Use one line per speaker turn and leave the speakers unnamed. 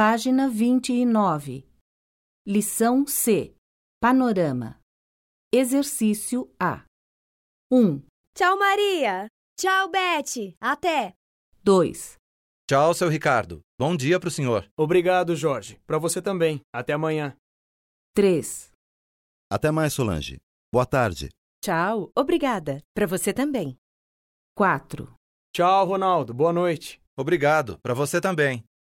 Página 29. Lição C. Panorama. Exercício A. 1,
Tchau, Maria! Tchau, Beth! Até!
2,
Tchau, seu Ricardo. Bom dia pro senhor.
Obrigado, Jorge. Pra você também. Até amanhã.
3,
Até mais, Solange. Boa tarde.
Tchau, obrigada. Para você também.
4,
Tchau, Ronaldo. Boa noite.
Obrigado. Pra você também.